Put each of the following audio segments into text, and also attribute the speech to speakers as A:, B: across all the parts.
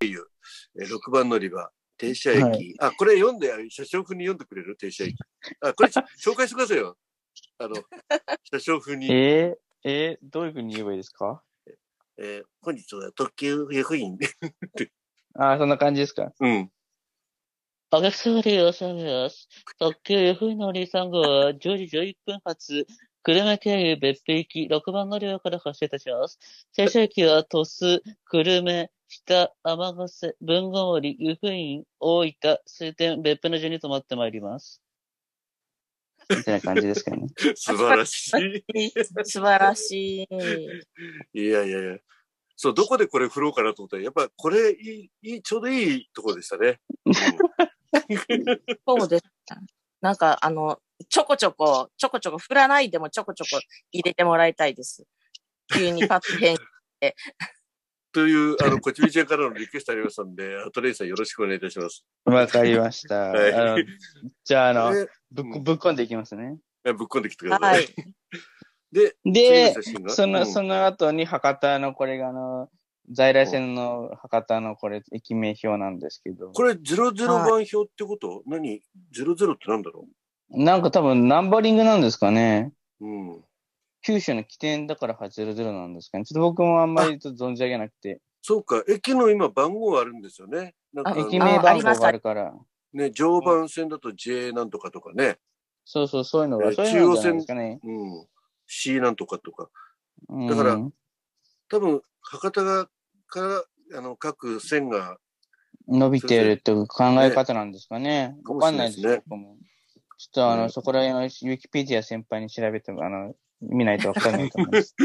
A: 由、えー、6番乗り場、停車駅。
B: は
A: あ、これ読んで、車掌風に読んでくれる停車駅。あ、これちょ紹介してく ださいよ。あ の、車掌風に。
B: えー、えー、どういうふうに言えばいいですか
A: えー本日は特急役員で。
B: ああ、そんな感じですか
A: うん。
B: お客様でいらっしゃいます。特急 F の23号は10時11分発、車経由別府行き6番乗り場から発車いたします。停車駅は鳥栖、久留米、下、天瀬、文豪森、湯布院、大分、水田、別府の順に止まってまいります。みたいな感じですかね。
A: 素晴らし
C: 素晴らしい。
A: い。いやいやいや。そう、どこでこれ振ろうかなと思ったら、やっぱこれいい、いい、ちょうどいいところでしたね。
C: そうです。なんか、あの、ちょこちょこ、ちょこちょこ、振らないでもちょこちょこ入れてもらいたいです。急にパッと変。
A: という、 あの、こちびちゃんからのリクエストありましたんで、アトレイさんよろしくお願いいたします。
B: わかりました。
A: はいあの
B: じゃあ、あ
A: これ、
B: ぶ
A: っこ
B: ぶっこんでいきますね。
A: えぶっこんできてくだ
C: は
A: さい。
C: い。
A: で、
B: で、
A: 次の写
B: そ
A: 真が
B: の、その後に博多のこれがあの、在来線の博多のこれ、駅名表なんですけど、
A: これ00番表ってこと、何 ?00 ってなんだろ
B: なんか多分ナンバリングなんですかね。
A: ううん。
B: 九州の起点だから800なんですかね。ちょっと僕もあんまりちょっと存じ上げなくて、
A: そうか、駅の今番号あるんですよね。なんかあ
C: あ
A: の
B: 駅名
C: ああ
B: 番
C: りま
B: 号
C: す
B: があるから、
A: ね、常磐線だと J なんとかとかね、
B: そうそう、そういうの
A: え
B: が、
A: ー
B: そういうのじゃないですかね。
A: うん、C なんとかとか。
B: うん、
A: だから多分、博多がから、あの、各線が、
B: 伸びてるっていう考え方なんですかね。
A: か
B: わ、
A: も
B: か
A: しれなで
B: んないいですす
A: ね
B: よ、僕も。ちょっとあの、
A: うん
B: そこら辺はウィキペディア先輩に調べても、あの、見ないとわかんないと思います。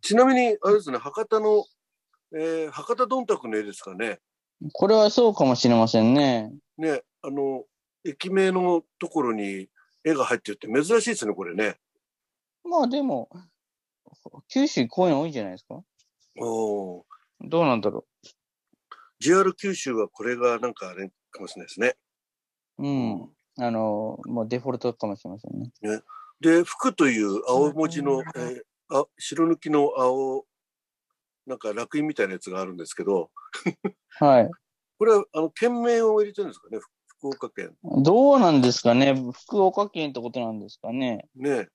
A: ちなみに、あれですね、博多の、えー博多どんたくの絵ですかね。
B: これはそうかもしれませんね。
A: ね、あの、駅名のところに絵が入ってるって珍しいですね、これね。
B: まあでも、九州公園多いんじゃないですか
A: おー
B: どうなんだろ
A: JR 九州はこれがなんかあれかもしれないですね。
B: う。うん。あの、もうデフォルトかもしれませんね。
A: で、福という青文字の、えーあ白抜きの青、なんか楽印みたいなやつがあるんですけど、
B: はい。
A: これは、あの、県名を入れてるんですかね、ふ福岡県。
B: どうなんですかね福岡県ってことなんですかね
A: ね。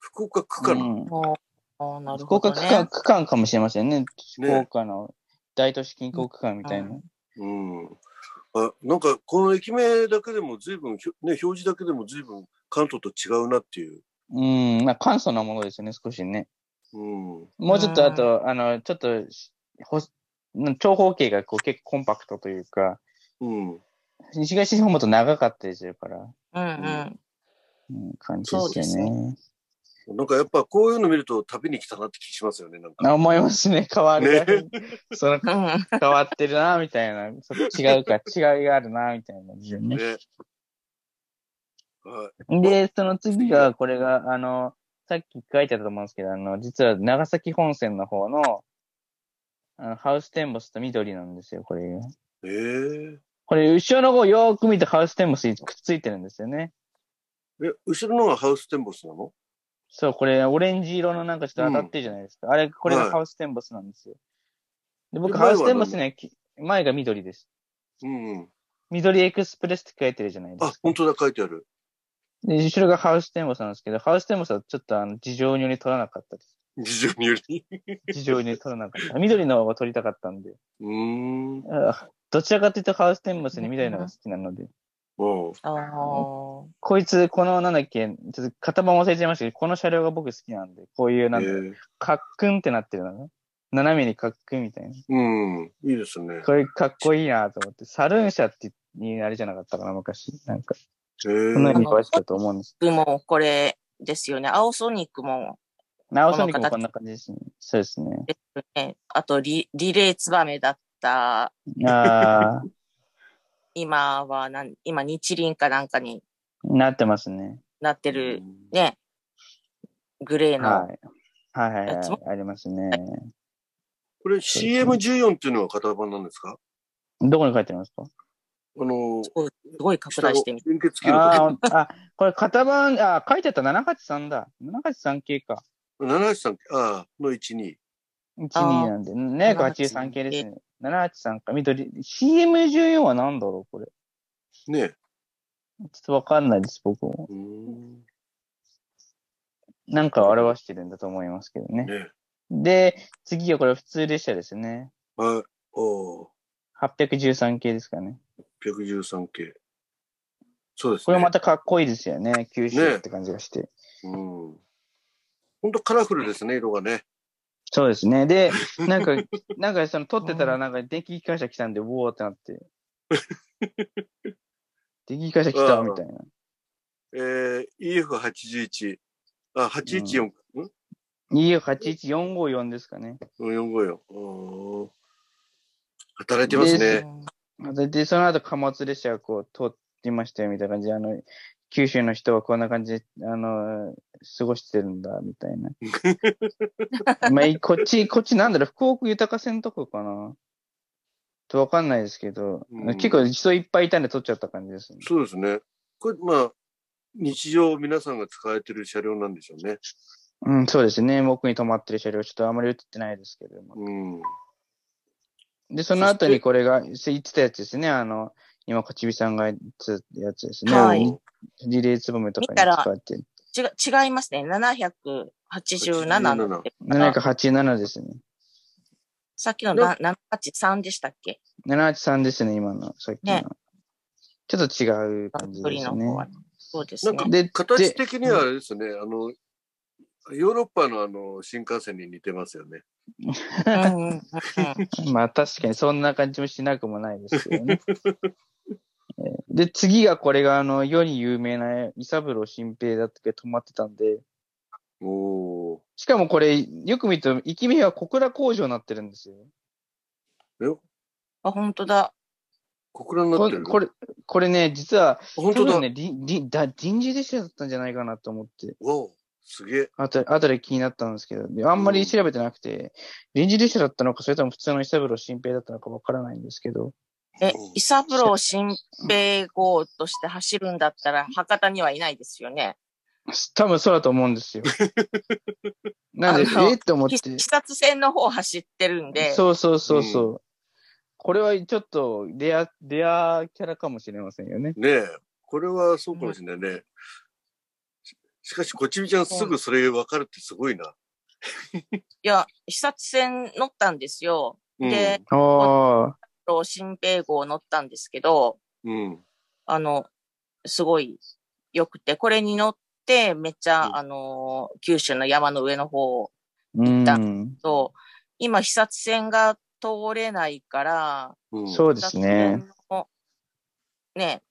A: 福岡区かな、
B: うん
C: もう、あーなる
B: 福
C: ほど、
B: 岡
C: ね。
B: 区間、区間かもしれませんね。福岡の大都市近郊区間みたいな。
C: うん
A: うん。あなんか、この駅名だけでも随分、ひょね、表示だけでも随分関東と違うなっていう。
B: うん、まあ簡素なものですよね、少しね。
A: うん。
B: もうちょっとあと、あの、ちょっと、ほ長方形がこう結構コンパクトというか、
A: うん。
B: 西側四方もっと長かったりするから、
C: うんうん。
B: うん、感じですよ
C: そう
B: ね。
A: なんかやっぱこういうの見ると旅に来たなって気しますよね、なんか。
B: あ思いますね、変わる。 その
C: うん。
B: 変わってるな、みたいな。そ違うか、違いがあるな、みたいな感じよね。
A: ね。はい。
B: で、その次が、これが、あの、さっき書いてあったと思うんですけど、あの、実は長崎本線の方の、あの、ハウステンボスと緑なんですよ、これが。
A: ええ
B: これ、後ろの方よーく見てハウステンボスにくっついてるんですよね。
A: え、後ろのがハウステンボスなの
B: そう、これ、オレンジ色のなんかちょっと当たってるじゃないですか。あれ、これ
A: はい
B: がハウステンボスなんですよ。で、僕、
A: で前は
B: ハウステンボスね、き前が緑です。
A: うん。
B: 緑エクスプレスって書いてるじゃないですか。
A: あ、本当だ、書いてある。
B: で、後ろがハウステンボスなんですけど、ハウステンボスはちょっとあの、事情により取らなかったです。
A: 事情により。
B: 事情により取らなかった。緑の方が取りたかったんで。
A: うーん。
B: あどちらかというとハウステンボスに緑の方が好きなので。
A: うん。
C: あー
B: こいつ、この、なんだっけ、ちょっと型番忘れちゃいましたけど、この車両が僕好きなんで、こういう、なんだ、
A: ええ
B: カックンってなってるのね。斜めにカックンみたいな。
A: うん。いいですね。
B: これかっこいいなと思って、サルーン車って、にあれじゃなかったかな、昔。なんか、
A: ええ
B: そんなに詳しかと思うんです。
C: 僕もこれですよね。青ソニックも
B: なおさみもこんな感じですね。そうですね。
C: ですね。あとリ、リレーツバメだった。
B: ああ、
C: 今はなん、今、日輪かなんかに
B: なってますね。
C: なってる、ね。グレーの。
B: はい。はいはい
C: やつ
B: は
C: も
B: い。ありますね。
A: これ CM14 っていうのは型番なんですか
B: どこに書いてありますか
A: あの、
C: すごい拡大してみて。
A: 連結器のと
B: あーあ、これ型番、あ、書いてあった783だ。783系か。
A: こ。783、ああ、の12。
B: 12なんで、783系ですね。783か、緑。CM14 は何だろう、これ。
A: ね。
B: ちょっとわかんないです、僕も。
A: うーん。
B: なんか表してるんだと思いますけどね。
A: ね。
B: で、次はこれ普通列車ですね。
A: はい。おー
B: 813系ですかね。
A: 113系。そうですね。
B: これまたかっこいいですよね。九州って感じがして。
A: うん。本当カラフルですね、色がね。
B: そうですね。 で、なんか、なんかその撮ってたらなんか電気機関車来たんで、ウォーってなっ て。電気機関車来たみたいな。
A: えー、EF81。あ、814。ん
B: EU81454 ですかね。
A: ?454。おー働いてます
B: で
A: ね。
B: で、でその後貨物列車がこう通ってましたよみたいな感じで、あの、九州の人はこんな感じで、あの、過ごしてるんだ、みたいな。 まあ、いこっち、こっちなんだろう、福岡豊か線とかかな。とわかんないですけど、
A: うん
B: 結構人いっぱいいたんで取っちゃった感じですね。
A: そうですね。これ、まあ、日常皆さんが使われてる車両なんでしょうね。
B: うん、そうですね。僕に止まってる車両、ちょっとあまり映ってないですけども。
A: うん。
B: で、その後にこれが、言ってたやつですね。あの、今、こちびさんが言ってたやつですね。
C: はい
B: リレーつぼめとかに
C: 見たら
B: 使われてる。
C: 違違いますね。787の。
B: 787ですね。
C: さっきのな783でしたっけ
B: 783ですね、今の、さっきの。
C: ね
B: ちょっと違う感じ
C: 鳥
B: で
C: の
B: すね
C: 方。は。そうですね
A: なん。
B: で、
A: 形
B: で
A: 的にはあれですね、あの、ヨーロッパのあの、新幹線に似てますよね。
C: うんうんうんうん
B: まあ確かにそんな感じもしなくもないですけど ね。えーで、次がこれが、あの、世に有名な伊三郎新平だったけど止まってたんで、
A: おー。
B: しかもこれ、よく見ると、生き目は小倉工場になってるんですよ。
C: あ、本当だ。
A: 小倉にな
B: こ
A: って
B: れ、
A: る。
B: これ、これね、実は、
A: 本当
B: 多
A: だ。
B: 分ね、りりだ人事列車だったんじゃないかなと思って、
A: わお、すげえ。
B: あと後で気になったんですけど、であんまり調べてなくて、臨時列車だったのか、それとも普通の伊三郎新平だったのかわからないんですけど、
A: う
C: え
A: ん、
C: イサブロー新兵号として走るんだったら、博多にはいないですよね。
B: 多分そうだと思う んですよ。なんで、え
C: あの
B: ーって思っ
C: ひ
B: て、
C: 視察船の方走ってるんで、
B: そうそうそうそう。これはちょっとレア、レアキャラかもしれませんよね。
A: ねえ、これはそうかもしれないね。ししかし、こちみちゃんすぐそれ分かるってすごいな。
C: いや、視察船乗ったんですよ。
A: うん。
C: で
B: ああ、
C: と新兵号乗ったんですけど、
A: うん。
C: あの、すごい良くて、これに乗って、めっちゃ、
A: うん
C: あのー、九州の山の上の方
B: うん。
C: と、今、視察船が通れないから、
A: うん、
B: そうで
C: 視
B: す
C: 察
B: ね。
C: 船のね、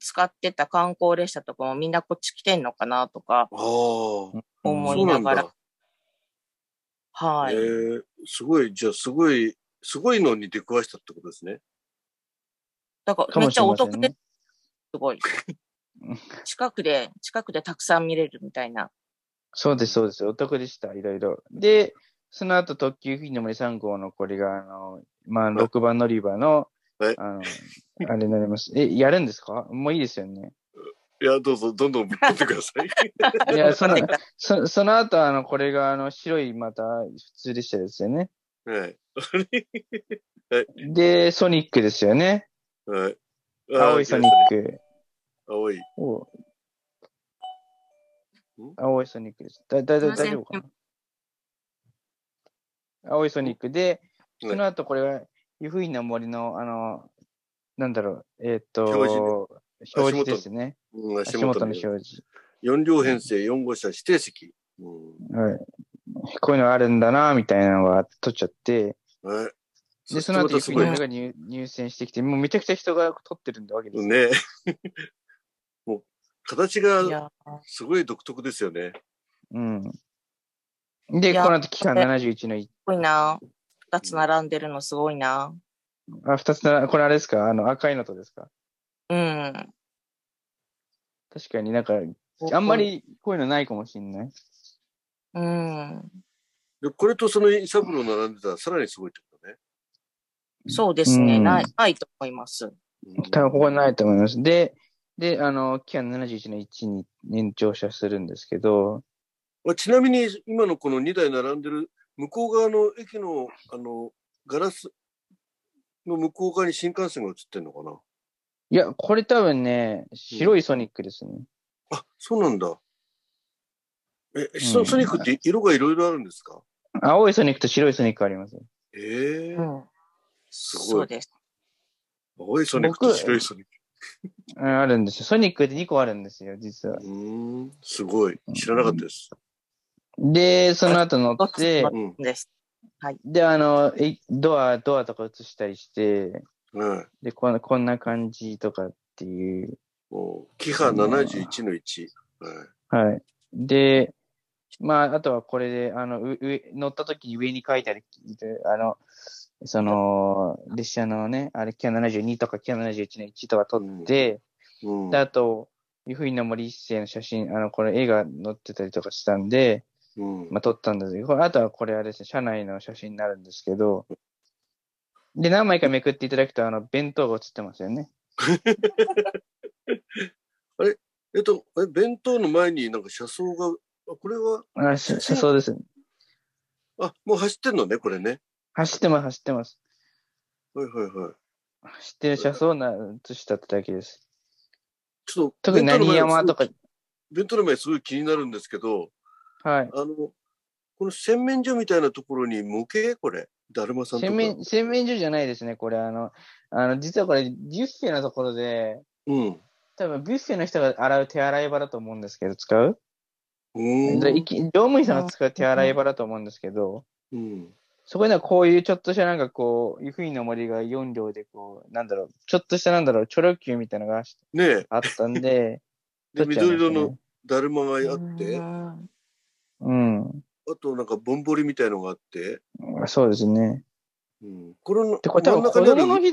C: 使ってた観光列車とかもみんなこっち来てんのかなとか
A: ああ、そ
C: 思
A: う
C: い
A: な
C: なんがら、
A: だ。
C: はい。
A: えーすごい、じゃあすごい、すごいのに出くわしたってことですね。
C: だか
B: から
C: め
B: も
C: っ
B: し
C: ち
B: れ
C: ゃお
B: ません
C: 得で
B: ね
C: す。すごい
B: うん。
C: 近くで、近くでたくさん見れるみたいな。
B: そうです、そうです。お得でした、いろいろ。で、その後、特急フィンの森3号のこれが、あの、まあ、
A: い
B: 6番乗り場の、
A: はい
B: あの、あれになります。え、やるんですかもういいですよね。
A: いや、どうぞ、どんどんぶっ込んでくださ い。
B: いや、その、そその後、あの、これが、あの、白い、また、普通列車ですよね。
A: はい。
B: で、ソニックですよね。
A: はい。あー
B: 青いソニッ。ク。
A: 青い。
B: お
A: ん
B: 青いソニックです。だ、だ、だ
C: すいません
B: 大丈夫かな青いソニックで、
A: はい
B: その後これは、湯布院の森の、あの、なんだろう、えーっと、
A: 表示ね
B: 表示ですね。
A: うん、
B: 足
A: 足
B: 元
A: 元
B: の
A: の
B: 表示。
A: 4両編成、4号車、指定席。うん。
B: はい。こういうのあるんだな、みたいなのが取っちゃって、
A: はい。
B: で、その後、
A: また
B: 湯
A: す
B: 布
A: ごい
B: 院の森が入入選してきて、もうめちゃくちゃ人が取ってるんだわけですよ。
A: ね。 もう、形
C: い
A: が
C: やー
A: すごい独特ですよね。
B: うん。で、
C: いや
B: この後、期間71の1
C: すごいな。二つ並んでるのすごいな。
B: あ、二つな、これあれですかあの、赤いのとですか
C: うん。
B: 確かになんか、あんま。りこういうのないかもしんない。
C: うん。
A: で、これとそのイサブロ並んでたらさらにすごいってことね。
C: そうですね。
B: うん
C: ない、ないと思います。
A: うん
B: 多分ここはないと思います。で、で、あの、期間71の1に延長者するんですけど、
A: あちなみに、今のこの2台並んでる向こう側の駅の、あの、ガラスの向こう側に新幹線が映ってんのかな。
B: いや、これ多分ね、白いソニックですね。
A: あ、そうなんだ。え、
B: ん
A: ソソニックって色がいろいろあるんですか
B: 青いソニックと白いソニックあります。
A: ええ
C: うん。
A: すごい
C: そうです。
A: 青いソニックと
B: 僕
A: 白いソニッ
B: うんあるんですよ。ソニックって2個あるんですよ、実は
A: ク。。うーん、すごい。知らなかったです。
B: で、その後乗
C: どっ
B: っ
C: ち
B: て
C: も、
A: うん。
C: です。
B: で、あの、えドア、ドアとか映したりして、
A: はい。
B: で、こんこんな感じとかっていう。
A: もう、キハ71の1。はい。
B: はい。で、まあ、あとはこれで、あの、う上、乗った時に上に書いてある、あの、その、列車のね、あれ、キャ72とかキャ71の1とか撮って、
A: うん。
B: で、あと、湯布院の森一世の写真、あの、これ映画載ってたりとかしたんで、
A: うん。
B: まあ、撮ったんですけど、これあとはこれはですね、車内の写真になるんですけど、で、何枚かめくっていただくと、あの、弁当が写ってますよね。
A: えっと、え、弁当の前になんか車窓が、あこれは、
B: あ、しそうです。
A: あ、もう走ってんのね、これね。
B: 走ってます、走ってます。
A: はいはいはい。
B: 走ってる車窓な写したってだけです。
A: ちょっと、
B: 特に何山と
A: か
B: か、
A: 弁当の前すごい気になるんですけど、
B: はい。
A: あの、この洗面所みたいなところに模型これ、だるまさんと
B: 洗
A: か。
B: 面、洗面所じゃないですね、これ。あの、あの、実はこれ、ビュッフェのところで、
A: うん。
B: 多分ビュッフェの人が洗う手洗い場だと思うんですけど、使う、
A: う
B: で
A: ー
B: い
A: ん。
B: き乗務員さんが使う手洗い場だと思うんですけど、
A: うん。
B: そこにはこういうちょっとしたなんかこう、湯布院の森が4両でこう、なんだろう、ちょっとしたなんだろう、チョロ Q みたいなのが
A: ねえ。
B: あったんで、
A: で、
B: 撮っちゃいま
A: 緑
B: した
A: 色
B: ね
A: のだるまがあって、あ
C: うん
B: うん。
A: となんかぼんぼりみたいのがあって、
B: そうですね。
A: うん。これの
B: で、これ多
A: 真ん
B: 分
A: 中
B: 子
A: にあ
B: 供
A: る
B: の日